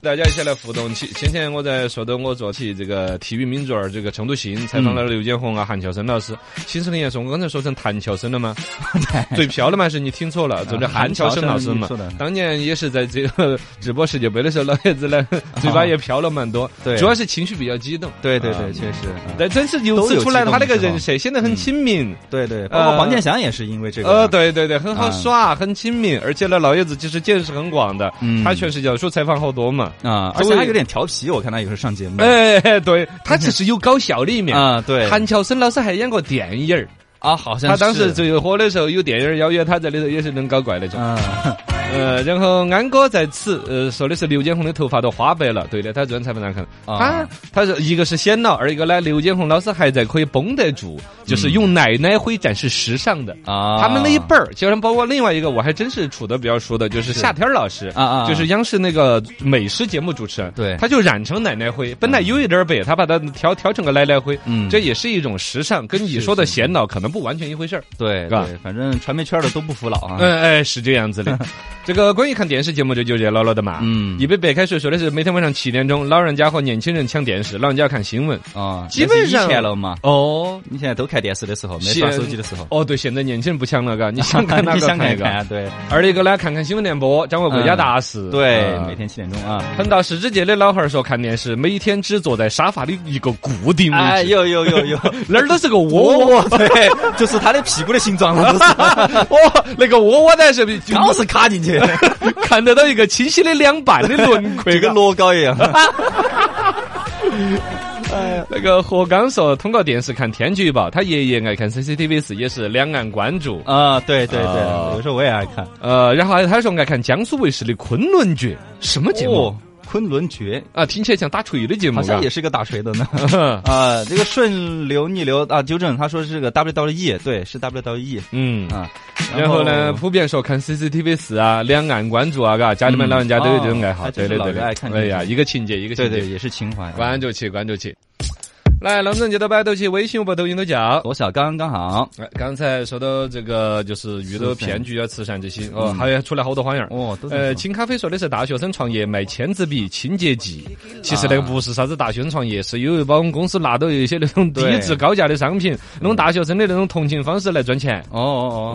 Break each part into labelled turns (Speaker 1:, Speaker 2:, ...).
Speaker 1: 大家一起来互动起。先前我在说到我做起这个体育名嘴儿这个成都行，采访了刘建宏啊、韩乔生老师。新生的言说，我刚才说成谭乔生了 吗？嘴瓢了吗？是你听错
Speaker 2: 啊
Speaker 1: 了，啊就是韩乔生老师嘛
Speaker 2: 是。的，
Speaker 1: 当年也是在这个直播世界杯的时候，老爷子呢 嘴巴也瓢了蛮多，
Speaker 2: 对
Speaker 1: 主要是情绪比较激动。
Speaker 2: 对对
Speaker 1: 啊
Speaker 2: 对，确实，啊
Speaker 1: 但真是由
Speaker 2: 都
Speaker 1: 此
Speaker 2: 有
Speaker 1: 出来
Speaker 2: 激动
Speaker 1: 他那个
Speaker 2: 的时候
Speaker 1: 人设显得很亲民。
Speaker 2: 对对，包括
Speaker 1: 呃
Speaker 2: 黄健翔也是因为这个，啊
Speaker 1: 呃，，对对对，很好耍，很亲民，而且呢，老爷子其实见识很广的，
Speaker 2: 嗯
Speaker 1: 他全是教授采访好多嘛。
Speaker 2: 啊，而且他有点调皮，我看他有时候上节目，
Speaker 1: 哎，对， 他其实有搞笑的一面。
Speaker 2: 啊，对，
Speaker 1: 韩乔生老师还演过电影儿，
Speaker 2: 啊，好像
Speaker 1: 他当时
Speaker 2: 是
Speaker 1: 最火的时候有电影儿邀约他在里头也是能搞怪那 种。
Speaker 2: 啊，
Speaker 1: 呃，然后安哥在此呃说的是刘建宏的头发都花白了，对的，他昨天采访上看，他
Speaker 2: 啊
Speaker 1: 他是一个是显老，而一个呢，刘建宏老师还在可以绷得住，就是用奶奶灰展示时尚的。
Speaker 2: 啊，
Speaker 1: 他们那一辈儿，就像包括另外一个，我还真是处的比较熟的，就是夏天儿老师
Speaker 2: 啊啊啊
Speaker 1: 就是央视那个美食节目主持人，
Speaker 2: 对
Speaker 1: 他就染成奶奶灰，本来有一点儿白，他把它调调成个奶奶灰，
Speaker 2: 嗯
Speaker 1: 这也是一种时尚，跟你说的显老可能不完全一回事儿。
Speaker 2: 对
Speaker 1: 是吧
Speaker 2: 对，反正传媒圈的都不服老啊，
Speaker 1: 嗯，哎，是这样子 的。这个关于看电视节目，这就热闹了的嘛。
Speaker 2: 嗯
Speaker 1: 一杯白开水说的是每天晚上七点钟，老人家和年轻人抢电视，老人家看新闻。
Speaker 2: 啊，
Speaker 1: 基本上
Speaker 2: 那是以前了嘛，
Speaker 1: 哦
Speaker 2: 你现在都看电视的时候，没
Speaker 1: 现
Speaker 2: 刷手机的时候，
Speaker 1: 哦，对，现在年轻人不抢了，嘎，你想 看哪
Speaker 2: 你
Speaker 1: 个
Speaker 2: 想
Speaker 1: 看
Speaker 2: 看
Speaker 1: 一个。
Speaker 2: 看，啊对
Speaker 1: 二一个呢，看看新闻联播，掌握国家大事。
Speaker 2: 对，
Speaker 1: 啊
Speaker 2: 每。天七点 钟啊，
Speaker 1: 碰到十之界的老汉儿说看电视，每天只坐在沙发的一个固定
Speaker 2: 哎，
Speaker 1: 位置，
Speaker 2: 有有有 有，
Speaker 1: 那儿都是个窝
Speaker 2: 窝
Speaker 1: 窝。
Speaker 2: 窝，对，就是他的屁股的形状，我都是，
Speaker 1: 哦，那个窝窝呢是比
Speaker 2: 刚是卡进去，
Speaker 1: 看得到一个清晰的两半的轮廓，
Speaker 2: 就跟
Speaker 1: 嘎
Speaker 2: 罗高一样。
Speaker 1: 那个何刚说，通过电视看天气预报，他爷爷爱看 CCTV 四，也是两岸关注。
Speaker 2: 啊，对对对
Speaker 1: 啊，
Speaker 2: 有时候我也爱看。
Speaker 1: 呃，然后还他说爱看江苏卫视的《昆仑决》，什么节目？
Speaker 2: 哦，昆仑决
Speaker 1: 啊，听起来像打锤的节目，
Speaker 2: 好像也
Speaker 1: 是。
Speaker 2: 是个打锤 的呢。啊，这个顺流逆流啊，纠正他说是个 WWE，对，是 WWE
Speaker 1: 嗯，
Speaker 2: 啊。
Speaker 1: 然后呢，普遍说看 CCTV 四啊，两岸关注啊，嘎，家里面老人家都有这种爱
Speaker 2: 哦
Speaker 1: 好，
Speaker 2: 还
Speaker 1: 对
Speaker 2: 真是
Speaker 1: 对对
Speaker 2: 老人爱看
Speaker 1: 对。哎呀，
Speaker 2: 这
Speaker 1: 一个情节一个情
Speaker 2: 对
Speaker 1: 节，
Speaker 2: 对，也是情怀。啊
Speaker 1: 关注起关注起。来，龙正记得摆抖起，微信、微博、抖音都叫。
Speaker 2: 左小刚刚好。
Speaker 1: 哎刚才说到这个，就是遇到
Speaker 2: 慈善
Speaker 1: 骗局啊、慈善这些，哦，
Speaker 2: 嗯
Speaker 1: 还有出来好多花样儿。
Speaker 2: 哦，都
Speaker 1: 呃，
Speaker 2: 在说
Speaker 1: 青咖啡说的是大学生创业卖签字笔、清洁剂，其实那个
Speaker 2: 啊
Speaker 1: 不是啥子大学生创业，是有一帮公司拿到一些那种低
Speaker 2: 对
Speaker 1: 质高价的商品，弄大学生的那种同情方式来赚钱。
Speaker 2: 哦哦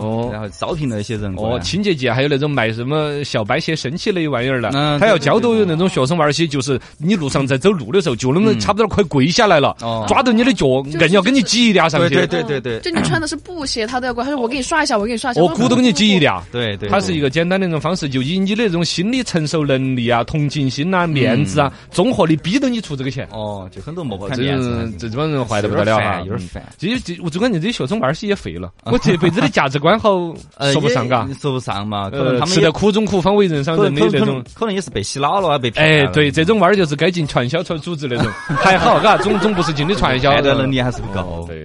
Speaker 1: 哦
Speaker 2: 哦，然后招聘了一些人过
Speaker 1: 哦，
Speaker 2: 来。
Speaker 1: 清洁剂还有那种卖什么小白鞋、神器类玩意儿的，
Speaker 2: 嗯
Speaker 1: 他要
Speaker 2: 对对
Speaker 1: 教导
Speaker 2: 对
Speaker 1: 有那种学生娃儿些，就是你路上在走路的时候，就那么
Speaker 2: 嗯
Speaker 1: 差不多快跪下来了，
Speaker 2: 哦
Speaker 1: 抓到你的脚，
Speaker 3: 就是
Speaker 1: 硬要给你挤一点上
Speaker 2: 对
Speaker 1: 去
Speaker 2: 对。对对对
Speaker 3: 就嗯你穿的是布鞋，他都要管。他说我给你刷一下，我给你刷一下。
Speaker 1: 我鼓都给你挤一点。
Speaker 2: 对对，
Speaker 1: 它是一
Speaker 2: 个
Speaker 1: 个简单的一种方式，就以你的这种心理承受能力啊、同情心啊、面子啊，综合的逼着你出这个钱。
Speaker 2: 哦，就很多模
Speaker 1: 这
Speaker 2: 嗯看面子，
Speaker 1: 这帮人坏的不得了啊！
Speaker 2: 有点烦。
Speaker 1: 这这，我就感觉这些学生娃儿些也废 了。我这辈子的价值观好说不上，嘎
Speaker 2: 也。呃说不上嘛，可能
Speaker 1: 呃，
Speaker 2: 他们
Speaker 1: 吃
Speaker 2: 也
Speaker 1: 得苦中苦，方为人上
Speaker 2: 可
Speaker 1: 人的
Speaker 2: 能
Speaker 1: 那
Speaker 2: 可
Speaker 1: 种
Speaker 2: 能。可能也是被洗脑了啊，被骗
Speaker 1: 哎
Speaker 2: 了，
Speaker 1: 对，这种娃儿就是该进传销传组织那种， 还好，嘎，总总不是进的传销。
Speaker 2: 判断能力还是不够。
Speaker 1: 对，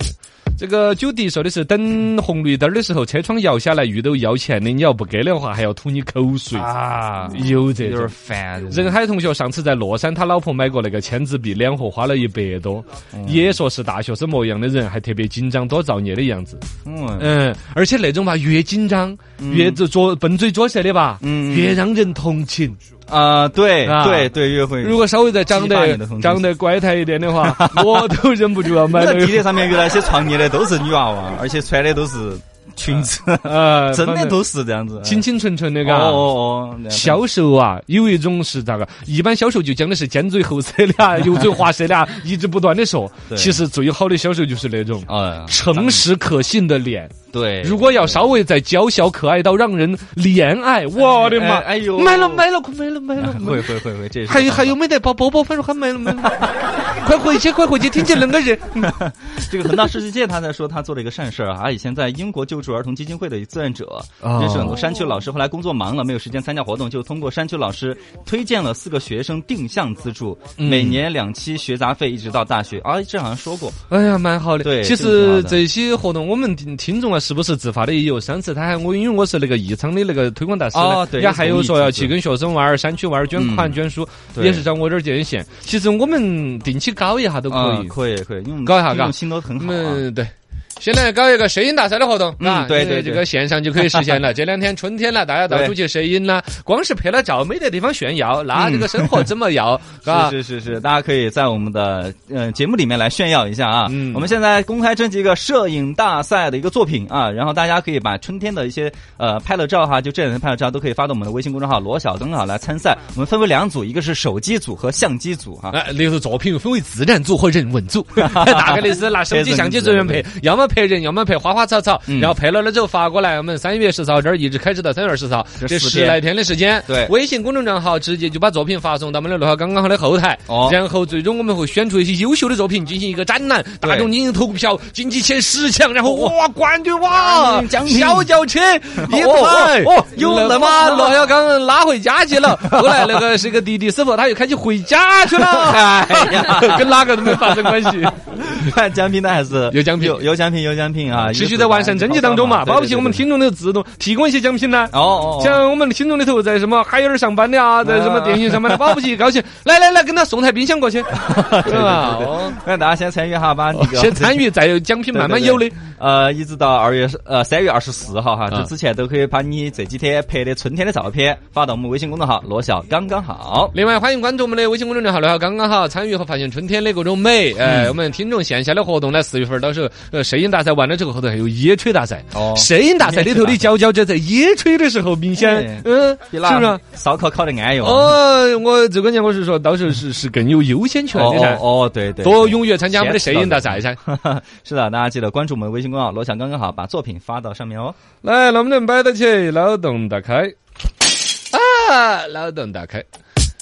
Speaker 1: 这个九弟说的是，等红绿灯儿的时候，车窗摇下来，遇到要钱的，你要不给的话，还要吐你口水。
Speaker 2: 啊，
Speaker 1: 有这
Speaker 2: 有
Speaker 1: 种
Speaker 2: 点。烦。
Speaker 1: 任海同学上次在乐山，他老婆买过那个签字笔，两盒花了一百多，
Speaker 2: 嗯
Speaker 1: 也说是大学生模样的人，还特别紧张多造孽的样子。
Speaker 2: 嗯，
Speaker 1: 嗯，而且那种吧，越紧张越就作笨嘴拙舌的吧，
Speaker 2: 嗯
Speaker 1: 越让人同情。
Speaker 2: 啊，对
Speaker 1: 啊
Speaker 2: 对对，约会。
Speaker 1: 如果稍微再长
Speaker 2: 嗯激发
Speaker 1: 得
Speaker 2: 你的同情
Speaker 1: 长得乖态一点的 话，我都忍不住啊要买
Speaker 2: 那
Speaker 1: 那
Speaker 2: 地
Speaker 1: 个。
Speaker 2: 铁上面遇到一些创业的都是女娃娃， 而且穿的都是裙子，
Speaker 1: 呃，
Speaker 2: 真
Speaker 1: 反
Speaker 2: 的
Speaker 1: 正
Speaker 2: 都是这样子。
Speaker 1: 清清纯纯的，
Speaker 2: 哦
Speaker 1: 嘎。
Speaker 2: 哦哦，
Speaker 1: 销售啊，有一种是咋个？一般销售就讲的是尖嘴猴舌的 啊，油嘴滑舌的啊，一直不断的说。
Speaker 2: 对
Speaker 1: 其实最好的销售就是那种
Speaker 2: 啊，
Speaker 1: 诚实可信的脸。
Speaker 2: 对，
Speaker 1: 如果要稍微再娇小可爱到让人怜爱，我的妈！
Speaker 2: 哎哎呦
Speaker 1: 买了买了，快买了买了！买了
Speaker 2: 会会会会，这是
Speaker 1: 还有还有没得包包包，反正还买了买了。 快回去快回去，天气冷个热。
Speaker 2: 这个恒大世纪界，他在说他做了一个善事儿啊，他以前在英国救助儿童基金会的志愿者，
Speaker 1: 哦
Speaker 2: 认识很多山区老师，后来工作忙了，没有时间参加活动，就通过山区老师推荐了四个学生定向资助，
Speaker 1: 嗯
Speaker 2: 每年两期学杂费，一直到大学。啊，这好像说过，
Speaker 1: 哎呀，蛮好的。
Speaker 2: 对
Speaker 1: 其
Speaker 2: 这个挺好
Speaker 1: 实
Speaker 2: 的
Speaker 1: 这些活动我们听听众啊，是不是自发的也有？上次他还我因为我是那个宜昌的那个推广大使呢，
Speaker 2: 哦对
Speaker 1: 人家还有说要去
Speaker 2: 同意
Speaker 1: 跟学生娃儿、山区娃儿捐款
Speaker 2: 嗯
Speaker 1: 捐书，
Speaker 2: 对
Speaker 1: 也是找我这儿建县。其实我们定期搞一下都可
Speaker 2: 啊
Speaker 1: 以。
Speaker 2: 可以可以，因为我们
Speaker 1: 搞一下
Speaker 2: 听众
Speaker 1: 搞
Speaker 2: 心都很好啊。
Speaker 1: 嗯，对。现在搞一个摄影大赛的活动，
Speaker 2: 嗯
Speaker 1: 啊
Speaker 2: 对
Speaker 1: 因为
Speaker 2: 对对
Speaker 1: 这个线上就可以实 现了。这两天春天了，大家到处去摄影了，光是拍了照没得地方炫耀，那这个生活怎么要？啊，
Speaker 2: 是是是是，大家可以在我们的呃节目里面来炫耀一下啊。
Speaker 1: 嗯
Speaker 2: 我们现在公开征集一个摄影大赛的一个作品啊，然后大家可以把春天的一些呃拍了照哈，就这两天拍了照都可以发到我们的微信公众号“罗小灯”啊来参赛。我们分为两组，一个是手机组和相机组啊哈。
Speaker 1: 哎，例如作品分为自然组和人文组， 大概的是拿手机、相机随便 拍，要么拍人，要么拍花花草草，
Speaker 2: 嗯
Speaker 1: 然后拍了了之后发过来。我们三月十四号这儿一直开始到三月二十四号，
Speaker 2: 这
Speaker 1: 这
Speaker 2: 四
Speaker 1: 十
Speaker 2: 天
Speaker 1: 来天的时间。
Speaker 2: 对
Speaker 1: 微信公众账号直接就把作品发送到我们的六号刚刚好的后台
Speaker 2: 哦，
Speaker 1: 然后最终我们会选出一些优秀的作品进行一个展览，大众进行投票，晋级前十强，然后哇冠军哇
Speaker 2: 奖品
Speaker 1: 小轿车一
Speaker 2: 哦
Speaker 1: 台
Speaker 2: 哦哦，
Speaker 1: 有
Speaker 2: 有
Speaker 1: 那
Speaker 2: 了
Speaker 1: 么
Speaker 2: 吗
Speaker 1: 罗小刚拉回家去了。后来那个是个滴滴师傅，他又开始回家去
Speaker 2: 哎
Speaker 1: 了，跟哪个都没发生关系。
Speaker 2: 啊看奖品的还是
Speaker 1: 有奖品
Speaker 2: 有有奖品，有奖品啊！
Speaker 1: 持续在完善征集当中嘛，保不齐我们
Speaker 2: 听
Speaker 1: 听众的自动提供一些奖品呢。
Speaker 2: 哦哦，哦
Speaker 1: 像我们听众里头，在什么海尔上班的啊，在什么电信上班的，保不齐高兴，来来来，跟他送台冰箱 过去，是吧？哦
Speaker 2: 让大家先参与哈，把那个
Speaker 1: 先参与，再有奖品，
Speaker 2: 对对
Speaker 1: 慢慢有的
Speaker 2: 对。呃，一直到二月十呃三月二十四号哈，
Speaker 1: 嗯
Speaker 2: 这之前都可以把你这几天拍的春天的照片发到我们微信公众号“罗小刚刚好
Speaker 1: 另外，欢迎关注我们的微信公众号“六号刚刚好”，参与和发现春天的各种美。
Speaker 2: 嗯
Speaker 1: 哎、我们听众线下的活动呢，四月份到时候，呃，摄影大赛完了之后，后头还有野炊大赛。”。
Speaker 2: 哦
Speaker 1: 摄影大赛里头的佼佼者在野炊的时候，明显
Speaker 2: 哎，
Speaker 1: 嗯，
Speaker 2: 比
Speaker 1: 是不
Speaker 2: 那
Speaker 1: 是啊？
Speaker 2: 烧烤烤的安逸哦。
Speaker 1: 哦，我最关键我是说，到时候 是是更有优先权的噻
Speaker 2: 哦。哦，对对，
Speaker 1: 多
Speaker 2: 对
Speaker 1: 踊跃参加我们的摄影大赛噻！
Speaker 2: 是的，大家记得关注我们的微信公众号“罗小刚刚好”，把作品发到上面哦。
Speaker 1: 来，能不能摆得起？脑洞大开啊！脑洞大开。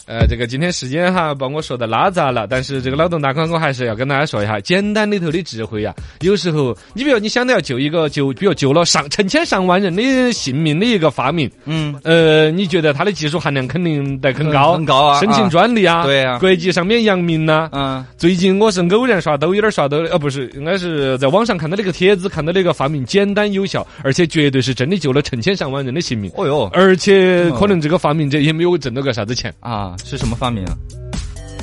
Speaker 1: 呃，这个今天时间哈，把我说的拉杂了，但是这个脑洞大开，我还是要跟大家说一下，简单里头的智慧呀、有时候你比如你想到要救一个救，比如救了上成千上万人的性命的一个发明，
Speaker 2: 嗯，
Speaker 1: 呃，你觉得它的技术含量肯定得很高，
Speaker 2: 很高啊
Speaker 1: 申请
Speaker 2: 啊
Speaker 1: 专利啊，
Speaker 2: 对啊
Speaker 1: 国际上面扬名呐、
Speaker 2: 嗯，
Speaker 1: 最近我是偶然刷抖音儿刷到的，呃，不是，应该是在网上看到那个帖子，看到那个发明简单有效，而且绝对是真的救了成千上万人的性命，
Speaker 2: 哦哟
Speaker 1: 而且可能这个发明者也没有挣到个啥子钱，
Speaker 2: 啊，是什么发明啊？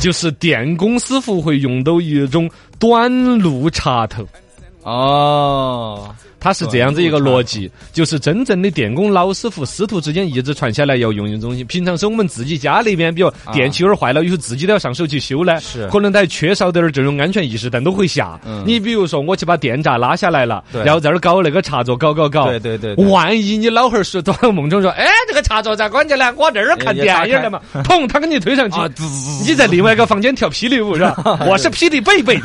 Speaker 1: 就是电工师傅会用到一种短路插头。
Speaker 2: 哦，
Speaker 1: 它是这样子一个逻辑，就是真正的电工老师傅师徒之间一直传下来要用一种，平常是我们自己家里面，比如电器有点坏了，有时候自己都要上手去修呢。
Speaker 2: 是
Speaker 1: 可能他还缺少点儿这种安全意识，但都会下
Speaker 2: 嗯。
Speaker 1: 你比如说，我去把电闸拉下来了，
Speaker 2: 对
Speaker 1: 然后在那儿搞那个插座，搞搞搞。
Speaker 2: 对对对对
Speaker 1: 万一你老汉儿是做了梦中说，哎，这个插座咋关起来？我这儿看电影了嘛，
Speaker 2: 哎
Speaker 1: 砰，他给你推上
Speaker 2: 啊
Speaker 1: 去。你在另外一个房间跳霹雳舞是 吧？我是霹雳贝贝。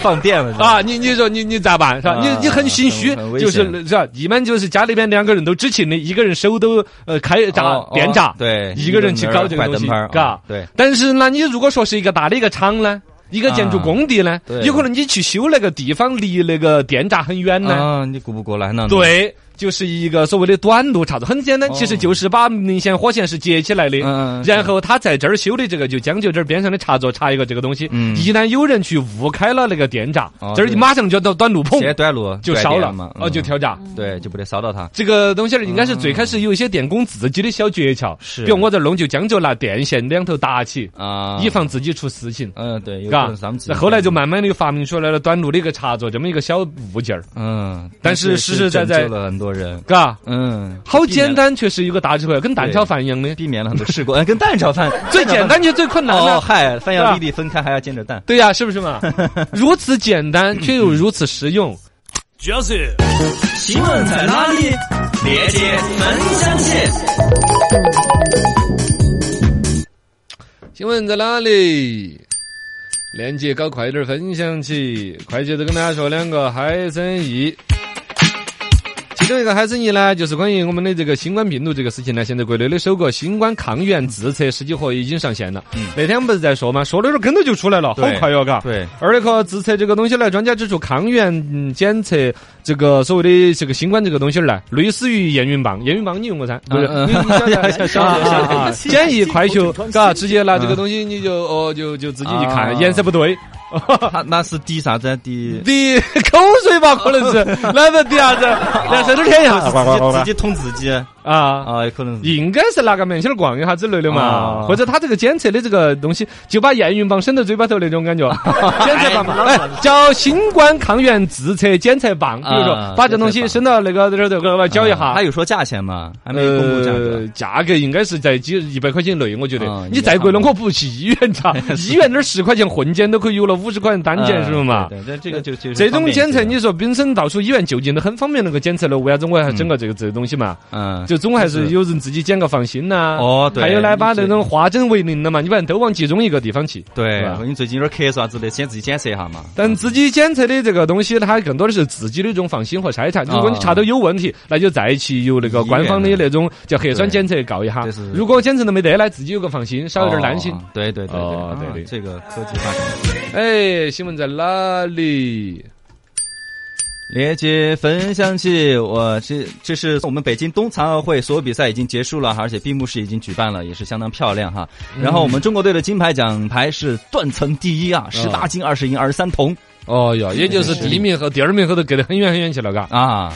Speaker 2: 放电了是吧？
Speaker 1: 啊，你你说你你咋办是吧？
Speaker 2: 啊
Speaker 1: 你你很心虚
Speaker 2: 很很，危
Speaker 1: 就是
Speaker 2: 险
Speaker 1: 是吧？一般就是家里边两个人都知情的，一个人手都呃开闸
Speaker 2: 哦
Speaker 1: 电闸，
Speaker 2: 对，
Speaker 1: 一个人去搞这个
Speaker 2: 拐
Speaker 1: 东
Speaker 2: 灯
Speaker 1: 西
Speaker 2: 牌儿，
Speaker 1: 嘎
Speaker 2: 啊。对，
Speaker 1: 但是呢，你如果说是一个大的一个厂呢？一个建筑
Speaker 2: 啊
Speaker 1: 工地呢，
Speaker 2: 对
Speaker 1: 有可能你去修那个地方离那个电闸很远呢，
Speaker 2: 啊，你顾不过来呢？
Speaker 1: 对，就是一个所谓的短路插座，很简单，
Speaker 2: 哦
Speaker 1: 其实就是把明显火线是接起来的，
Speaker 2: 嗯，嗯，
Speaker 1: 然后他在这儿修的这个，就将就这儿边上的插座插一个这个东西。
Speaker 2: 嗯
Speaker 1: 一旦有人去误开了那个电闸
Speaker 2: 哦，
Speaker 1: 这儿就马上就到短路，
Speaker 2: 现在
Speaker 1: 砰
Speaker 2: 短路
Speaker 1: 就
Speaker 2: 断
Speaker 1: 烧
Speaker 2: 电
Speaker 1: 了
Speaker 2: 嘛，，
Speaker 1: 哦，就
Speaker 2: 嗯
Speaker 1: 跳闸。
Speaker 2: 对，就不得烧到它。
Speaker 1: 这个东西儿应该是最开始有一些电工自己的小诀窍，
Speaker 2: 嗯是
Speaker 1: 比如我这儿弄就将就拿电线两头搭起，
Speaker 2: 啊，
Speaker 1: 以防自己出事情。
Speaker 2: 嗯，对，有
Speaker 1: 嘎
Speaker 2: 可能咱们，自
Speaker 1: 那
Speaker 2: 己
Speaker 1: 后来就慢慢的发明出来了短路的一个插座，这么一个小物 件儿，
Speaker 2: 嗯，
Speaker 1: 但是实实在在
Speaker 2: 拯救了很多人，
Speaker 1: 嘎，
Speaker 2: 嗯，
Speaker 1: 好
Speaker 2: 避免
Speaker 1: 简，单，却是一个大智慧，跟蛋炒饭一样的，
Speaker 2: 避免了很多事故，哎，跟蛋炒饭
Speaker 1: 最简单却最困难
Speaker 2: 哦，
Speaker 1: 了。
Speaker 2: 嗨，饭要粒粒分开，还要煎着蛋。
Speaker 1: 对呀，是不是 嘛？如此简单，却又如此实用。
Speaker 4: 主要是
Speaker 2: 询问在哪里？连接分享起。
Speaker 1: 新闻在哪里？链接搞快点儿分享起，快节奏跟大家说两个嗨生意。其中一个嗨生意呢，就是关于我们的这个新冠病毒这个事情呢。现在国内的首个新冠抗原自测试剂盒已经上线了。那天我们不是在说嘛，说的时候跟头就出来了，好
Speaker 2: 对
Speaker 1: 快哟，嘎。
Speaker 2: 对，
Speaker 1: 而那个自测这个东西呢，专家指出，抗原嗯检测这个所谓的这个新冠这个东西儿呢，类似于验孕棒，验孕棒你用过噻？不是，
Speaker 2: 嗯嗯
Speaker 1: 你 你晓得
Speaker 2: 晓得
Speaker 1: 啊啊啊啊
Speaker 4: 晓得
Speaker 1: 建议快求，
Speaker 4: 口水
Speaker 1: 嘎，直接拿这个东西你就哦就就自己一看，
Speaker 2: 啊
Speaker 1: 颜色不对，
Speaker 2: 他那是滴啥子？啊滴
Speaker 1: 滴 口水吧，可 能是，哪个滴啥子？
Speaker 2: 啊
Speaker 1: 那舌头舔一
Speaker 2: 就是
Speaker 1: 下
Speaker 2: 自己自己捅自己
Speaker 1: 啊。
Speaker 2: 啊，有可能是
Speaker 1: 应该是拿个棉签儿逛一下之类的嘛，
Speaker 2: 啊
Speaker 1: 或者他这个检测的这个东西，就把验孕棒伸到嘴巴头那种感 觉，检测棒，哎，叫新冠抗原自测检测棒，比如说
Speaker 2: 啊
Speaker 1: 把这东西伸到那个这儿头，给它搅一下，
Speaker 2: 他有说价钱吗？还没有公布价格
Speaker 1: 呃，价格应该是在几一百块钱以内，我觉
Speaker 2: 啊
Speaker 1: 得。
Speaker 2: 应该
Speaker 1: 你再贵了，
Speaker 2: 差不多
Speaker 1: 我不去医院查，医院那儿十块钱混检都可以有了，五十块钱单检呃是不是嘛？
Speaker 2: 啊对，对这这个就就是
Speaker 1: 这种检测，
Speaker 2: 方便一些
Speaker 1: 你说本身到处医院就近都很方便，那个检测了，为啥子我还整个这个这个东西嘛？
Speaker 2: 嗯，
Speaker 1: 就总还
Speaker 2: 就是是
Speaker 1: 有人自己检个放心呐。
Speaker 2: 哦对
Speaker 1: 啊还有呢，把
Speaker 2: 你
Speaker 1: 那
Speaker 2: 这
Speaker 1: 种化整为零了嘛，你把人都往集中一个地方去。
Speaker 2: 对
Speaker 1: 是吧，
Speaker 2: 你最近有点咳嗽啥子的，先自己检测一下嘛。
Speaker 1: 但自己检测的这个东西，它更多的是自己的一种放心和筛查。如果你查到有问题，那就再去由那个官方的那种叫核酸检测告一下
Speaker 2: 对是。
Speaker 1: 如果检测都没得呢，自己有个放心，少有点担心
Speaker 2: 哦。。对对对
Speaker 1: 哦
Speaker 2: 对
Speaker 1: 对
Speaker 2: 啊
Speaker 1: 对
Speaker 2: 这个科技发展。
Speaker 1: 哎，新闻在哪里？
Speaker 2: 连接分享器，我这这是我们北京冬残奥会所有比赛已经结束了哈，而且闭幕式已经举办了，也是相当漂亮哈。
Speaker 1: 嗯
Speaker 2: 然后我们中国队的金牌奖牌是断层第一
Speaker 1: 嗯
Speaker 2: 啊，十八金、二十银、二十三铜
Speaker 1: 哦哟，也就是第一名和第二名后头隔得很远很远去了，嘎。
Speaker 2: 啊。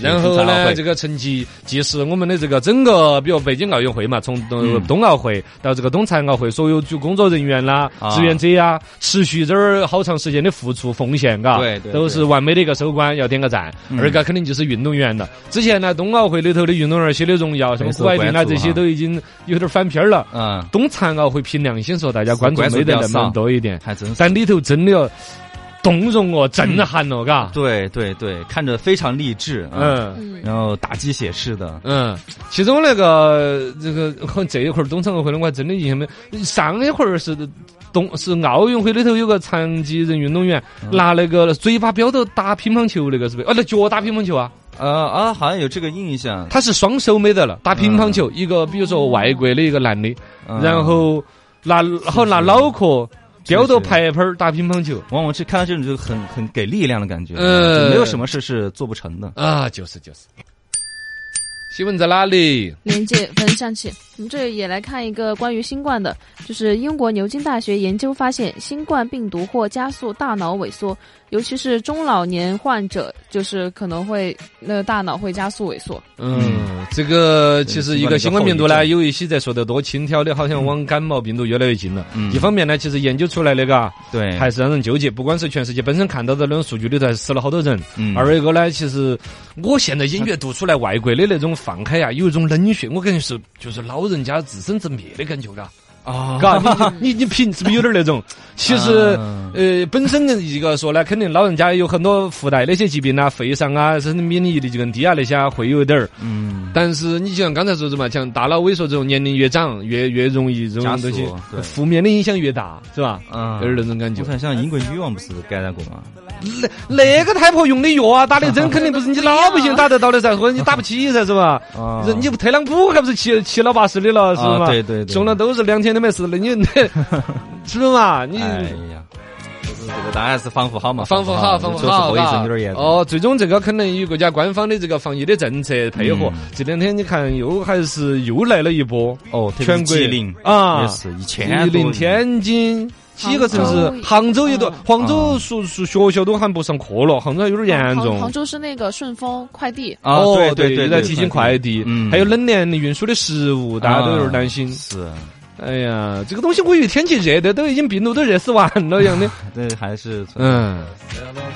Speaker 1: 然后
Speaker 2: 冬残奥
Speaker 1: 呢，
Speaker 2: 会
Speaker 1: 这个成绩既是我们的这个整个，比如北京奥运会嘛，从冬
Speaker 2: 嗯
Speaker 1: 冬奥会到这个冬残奥会，所有就工作人员啦
Speaker 2: 啊、
Speaker 1: 志愿者呀，持续这儿好长时间的付出奉献，嘎，
Speaker 2: 对对
Speaker 1: 都是完美的一个收官，要点个赞。
Speaker 2: 嗯
Speaker 1: 二个肯定就是运动员了。之前呢，冬奥会里头的运动员些的荣耀，什么
Speaker 2: 没所
Speaker 1: 谷爱凌啊
Speaker 2: 关注
Speaker 1: 这些
Speaker 2: 哈
Speaker 1: 都已经有点翻篇儿了。
Speaker 2: 嗯，
Speaker 1: 冬残奥会凭良心说，大家关注
Speaker 2: 关注
Speaker 1: 没
Speaker 2: 比
Speaker 1: 得
Speaker 2: 较
Speaker 1: 那
Speaker 2: 少
Speaker 1: 么多一点，
Speaker 2: 还真是。
Speaker 1: 但里头真的要动容哦，震撼哦，嘎，
Speaker 2: 对对对，看着非常励志啊。
Speaker 1: 嗯。
Speaker 3: 嗯，
Speaker 2: 然后打鸡血似的，
Speaker 1: 嗯，其中那个这个 和这一会儿冬残奥会的，我还真的印象没有。上一会儿是冬是奥运会里头有个残疾人运动员、拿那个嘴巴标头打乒乓球那个是不是？哦，那脚打乒乓球啊，
Speaker 2: 呃啊，好像有这个印象。
Speaker 1: 他是双手没得了，打乒乓球，一个比如说外国的一个男的，
Speaker 2: 嗯
Speaker 1: 然后拿好拿脑壳标头排拍儿打乒乓球。
Speaker 2: 往往去看到这种就很很给力量的感觉，
Speaker 1: 呃
Speaker 2: 就没有什么事是做不成的。
Speaker 1: 啊，就是就是。新闻在哪里？
Speaker 3: 连接分享器。我们嗯这也来看一个关于新冠的，就是英国牛津大学研究发现，新冠病毒或加速大脑萎缩，尤其是中老年患者，就是可能会那个大脑会加速萎缩。
Speaker 1: 嗯，这个其实一个新冠病毒呢，有一些在说得多轻佻的，好像往感冒病毒越来越近了。
Speaker 2: 嗯哎
Speaker 1: 一方面呢，其实研究出来的嘎，
Speaker 2: 对，
Speaker 1: 还是让人纠结。不管是全世界本身看到的那种数据里头，还是死了好多人。
Speaker 2: 嗯
Speaker 1: 二一个呢，其实我现在隐约读出来外国的那种放开呀，有一种冷血，我感觉是就是老人家自生自灭的感觉，嘎。
Speaker 2: 啊
Speaker 1: 嘎，你你你凭是不是有点那种？其实
Speaker 2: 啊，
Speaker 1: 呃，本身一个说呢，肯定老人家有很多附带那些疾病啊，肺上啊，身体免疫力就更低啊，那些啊会有点儿。
Speaker 2: 嗯，
Speaker 1: 但是你就像刚才说的嘛，像大脑萎缩这种，年龄越长越越容易这
Speaker 2: 加
Speaker 1: 种
Speaker 2: 速
Speaker 1: 东西
Speaker 2: 对，
Speaker 1: 负面的影响越大，是吧？
Speaker 2: 啊
Speaker 1: 有点那种感觉
Speaker 2: 就。看像英国女王不是感染过吗？
Speaker 1: 那个太婆用的药啊，打的针肯定不是你老百姓打得到的噻，或者你打不起噻，是吧？
Speaker 2: 啊
Speaker 1: 人你特朗普还不是七七老八十的了，是
Speaker 2: 啊
Speaker 1: 吧？
Speaker 2: 对对对
Speaker 1: 中了都是两天都没事的，你 是不是嘛？你
Speaker 2: 哎呀，就是这个答案是防护好嘛？
Speaker 1: 防护好，防
Speaker 2: 就
Speaker 1: 护
Speaker 2: 是
Speaker 1: 好，
Speaker 2: 后遗症
Speaker 1: 嘎
Speaker 2: 有点严重。
Speaker 1: 哦，最终这个可能与国家官方的这个防疫的政策配
Speaker 2: 嗯
Speaker 1: 合，这两天你看又还是又来了一波。
Speaker 2: 哦，特别
Speaker 1: 全
Speaker 2: 是
Speaker 1: 国
Speaker 2: 吉林
Speaker 1: 啊
Speaker 2: 也是一千
Speaker 1: 吉
Speaker 2: 多
Speaker 1: 林、
Speaker 2: 人
Speaker 1: 天津几个城市，杭
Speaker 3: 杭
Speaker 1: 州
Speaker 3: 州
Speaker 1: 也多，杭州
Speaker 2: 啊
Speaker 1: 属属学校都喊不上课了，杭州有点严
Speaker 3: 杭杭
Speaker 1: 重。
Speaker 3: 州是那个顺丰快递，
Speaker 2: 啊，
Speaker 1: 哦
Speaker 2: 对
Speaker 1: 对
Speaker 2: 对，
Speaker 1: 又在提醒快递，
Speaker 2: 嗯
Speaker 1: 还有冷链运输的食物，大家都有点担心。
Speaker 2: 是，啊嗯
Speaker 1: 哎呀，这个东西我以为天气热的都已经病毒都热死完了一样的。
Speaker 2: 这还是
Speaker 1: 嗯，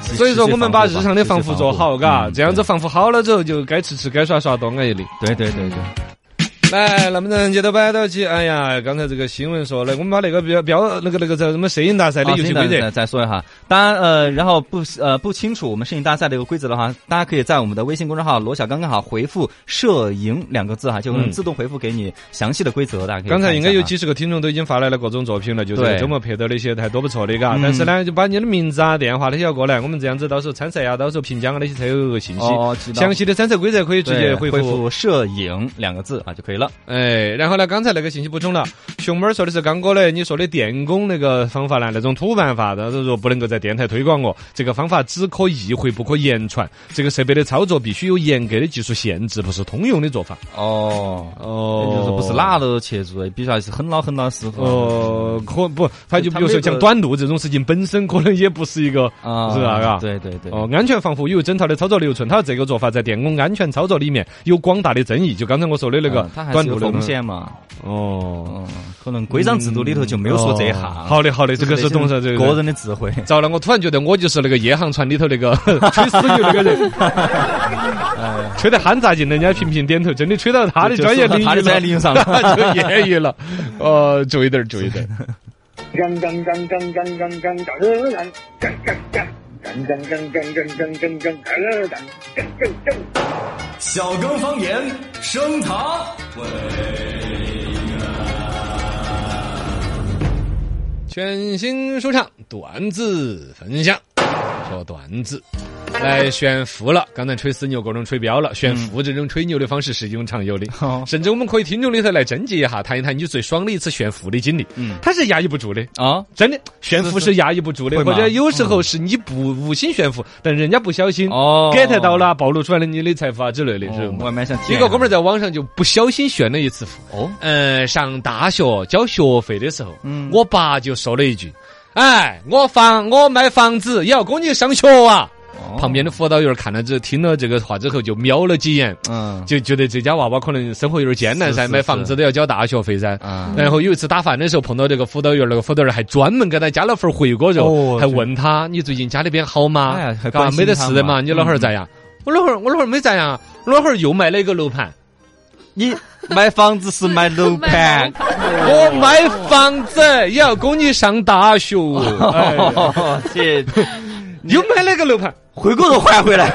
Speaker 1: 所以说我们把日常的防护做好，嘎，
Speaker 2: 嗯
Speaker 1: 这样子。防护好了之后，就该吃吃，该耍耍，多安逸的。
Speaker 2: 对对对对，
Speaker 1: 来，能不能接到摆到起？哎呀，刚才这个新闻说了，我们把那个标标那个那个叫什么摄影大赛的
Speaker 2: 啊
Speaker 1: 游戏
Speaker 2: 摄影
Speaker 1: 规则
Speaker 2: 大赛再说一下，当然呃，然后不呃不清楚我们摄影大赛的一个规则的话，大家可以在我们的微信公众号“罗小刚刚好”回复“摄影”两个字哈，就
Speaker 1: 嗯
Speaker 2: 能自动回复给你详细的规则，大家可以
Speaker 1: 刚
Speaker 2: 看一下哈。
Speaker 1: 才应该有几十个听众都已经发来了各种作品了，就是
Speaker 2: 对
Speaker 1: 周末拍到的一些还多不错的，嘎。
Speaker 2: 嗯
Speaker 1: 但是呢，就把你的名字啊、电话那些要过来，我们这样子到时候参赛呀，到时候评奖啊那些才有个信息。
Speaker 2: 哦，知道
Speaker 1: 详细的参赛规则可以直接
Speaker 2: 对
Speaker 1: 回
Speaker 2: 回
Speaker 1: 复。
Speaker 2: 复“摄影”两个字啊，就可以肥了。
Speaker 1: 哎，然后呢，刚才那个信息补充了，熊猫儿说的是刚哥嘞，你说的电工那个方法呢，那种土办法，他说不能够在电台推广哦，这个方法只可意会不可言传，这个设备的操作必须有严格的技术限制，不是通用的做法。
Speaker 2: 哦，
Speaker 1: 哦
Speaker 2: 就是不是哪都去做，必须还是很老很老师傅。啊
Speaker 1: 哦，可不，他就
Speaker 2: 他
Speaker 1: 比如
Speaker 2: 那
Speaker 1: 说
Speaker 2: 个
Speaker 1: 像短路这种事情本身，可能也不是一个
Speaker 2: 啊，
Speaker 1: 是吧？嘎。
Speaker 2: 对对对。
Speaker 1: 哦，安全防护有整套的操作流程，它这个做法在电工安全操作里面有广大的争议。就刚才我说的那个
Speaker 2: 嗯它还
Speaker 1: 短
Speaker 2: 是有
Speaker 1: 路的
Speaker 2: 风险嘛，
Speaker 1: 哦，
Speaker 2: 嗯，可能规章制度里头就没有说这一下。
Speaker 1: 哦好的，好的，
Speaker 2: 就
Speaker 1: 这个是懂得这个
Speaker 2: 个人的智慧。
Speaker 1: 糟了，我突然觉得我就是那个夜航船里头那个 吹死牛那个 人，吹得憨杂劲，人家频频点头，真的吹到他的
Speaker 2: 就
Speaker 1: 专业
Speaker 2: 说
Speaker 1: 领域
Speaker 2: 到他的专业领域上了
Speaker 1: 就业余了。哦，注意点儿，注意点儿。
Speaker 4: gang gang gang gang gang gang gang gang gang gang gang gang gang gang gang gang gang gang gang gang gang gang gang
Speaker 5: 小刚方言升堂。
Speaker 1: 全新说唱段子分享，说段子。来炫富了，刚才吹死牛，各种吹标了。炫富这种吹牛的方式是用常有的，
Speaker 2: 哦
Speaker 1: 甚至我们可以听众里头来征集一下，谈一谈你最爽的一次炫富的经历。
Speaker 2: 嗯
Speaker 1: 它是压抑不住的，
Speaker 2: 啊，
Speaker 1: 真的，炫富是压抑不住的，
Speaker 2: 会
Speaker 1: 或
Speaker 2: 吗
Speaker 1: 者有时候是你不无心炫富，但人家不小心
Speaker 2: 哦
Speaker 1: get 到了，暴露出来了你的财富啊之类的，是
Speaker 2: 哦
Speaker 1: 吗
Speaker 2: 我还？蛮想听。
Speaker 1: 一个哥们儿在网上就不小心炫了一次富。
Speaker 2: 哦，
Speaker 1: 嗯，上大学交学费的时候，
Speaker 2: 嗯
Speaker 1: 我爸就说了一句：“哎，我房我买房子也要供你上学啊。”
Speaker 2: 哦
Speaker 1: 旁边的辅导员看了这听了这个话之后，就瞄了几眼，
Speaker 2: 嗯
Speaker 1: 就觉得这家娃娃可能生活有点艰难噻，
Speaker 2: 是是
Speaker 1: 买房子都要交大学费噻。
Speaker 2: 啊，
Speaker 1: 然后有一次打饭的时候碰到这个辅导员，那个辅导员还专门给他加了份回锅肉，
Speaker 2: 哦
Speaker 1: 还问他你最近家里边好吗
Speaker 2: 哎呀还？
Speaker 1: 嘎
Speaker 2: 关，心
Speaker 1: 没得
Speaker 2: 他
Speaker 1: 事的
Speaker 2: 嘛
Speaker 1: 嘛？你老汉儿咋样？我老汉儿我老汉儿没咋样，我老汉儿又买了一个楼盘。
Speaker 2: 你买房子是 买楼盘，
Speaker 1: 我买房子也要供你上大 学，哎呀
Speaker 2: 哦，这
Speaker 1: 又买了个楼盘。
Speaker 2: 回锅肉还回来。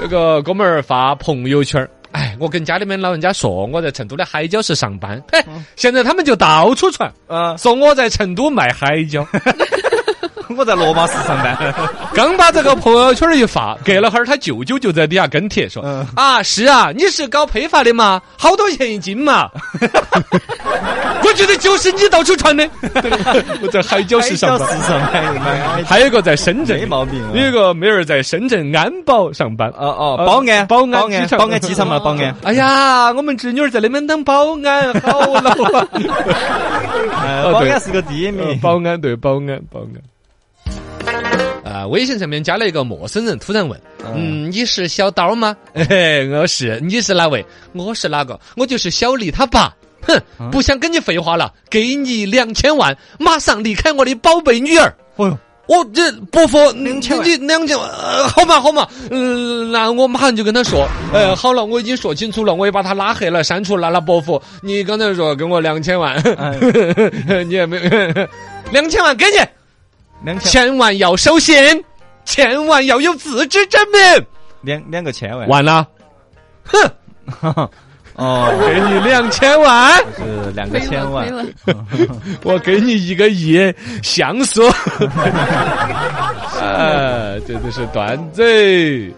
Speaker 1: 这个哥们儿发朋友圈儿，哎，我跟家里面老人家说我在成都的海椒市上班，嘿，
Speaker 2: 嗯
Speaker 1: 现在他们就到处传，
Speaker 2: 啊，
Speaker 1: 说我在成都卖海 椒。
Speaker 2: 我在罗马市上班。
Speaker 1: 刚把这个朋友圈儿一发，隔了会儿他舅舅就在底下跟帖说：“
Speaker 2: 嗯
Speaker 1: 啊，是啊，你是搞批发的嘛，好多钱一斤 嘛。”我觉得就是你到处 传的，我在海椒市上班。
Speaker 2: 哎市上班，买
Speaker 1: 还有一个在深圳，
Speaker 2: 没毛病啊
Speaker 1: 有一个妹儿在深圳安保上班。
Speaker 2: 哦哦，保安，
Speaker 1: 保安
Speaker 2: 保
Speaker 1: 机
Speaker 2: 安，
Speaker 1: 场
Speaker 2: 保安机场哦嘛，保安。
Speaker 1: 哎呀，我们侄女儿在那边当保安，好老 啊！
Speaker 2: 呃
Speaker 1: 哦
Speaker 2: 保
Speaker 1: 对
Speaker 2: 安是个第一
Speaker 1: 呃
Speaker 2: 名。
Speaker 1: 保安对保安保安。啊，微信上面加了一个陌生人，突然问：“嗯，你是小刀吗？”嘿 嘿，我是。你是哪位？我是哪个？我就是小丽他爸。哼，不想跟你废话了，给你两千万，马上离开我的宝贝女儿。
Speaker 2: 哦哟，
Speaker 1: 我这伯父，你你两千万，呃，好嘛好嘛，嗯、那我马上就跟他说，呃，好了，我已经说清楚了，我也把他拉黑了，删除了。那伯父，你刚才说给我两千万， 你也没 有两千万给你，
Speaker 2: 两千
Speaker 1: 千万要守信，千万要有自知之明。
Speaker 2: 两两个千万。
Speaker 1: 完了，哼，
Speaker 2: 哦，
Speaker 1: 给你两千万，
Speaker 2: 是两个
Speaker 3: 没
Speaker 2: 千
Speaker 3: 了
Speaker 2: 万
Speaker 3: 没。了，
Speaker 1: 我给你一个亿， 哎像素。啊，这就是段子。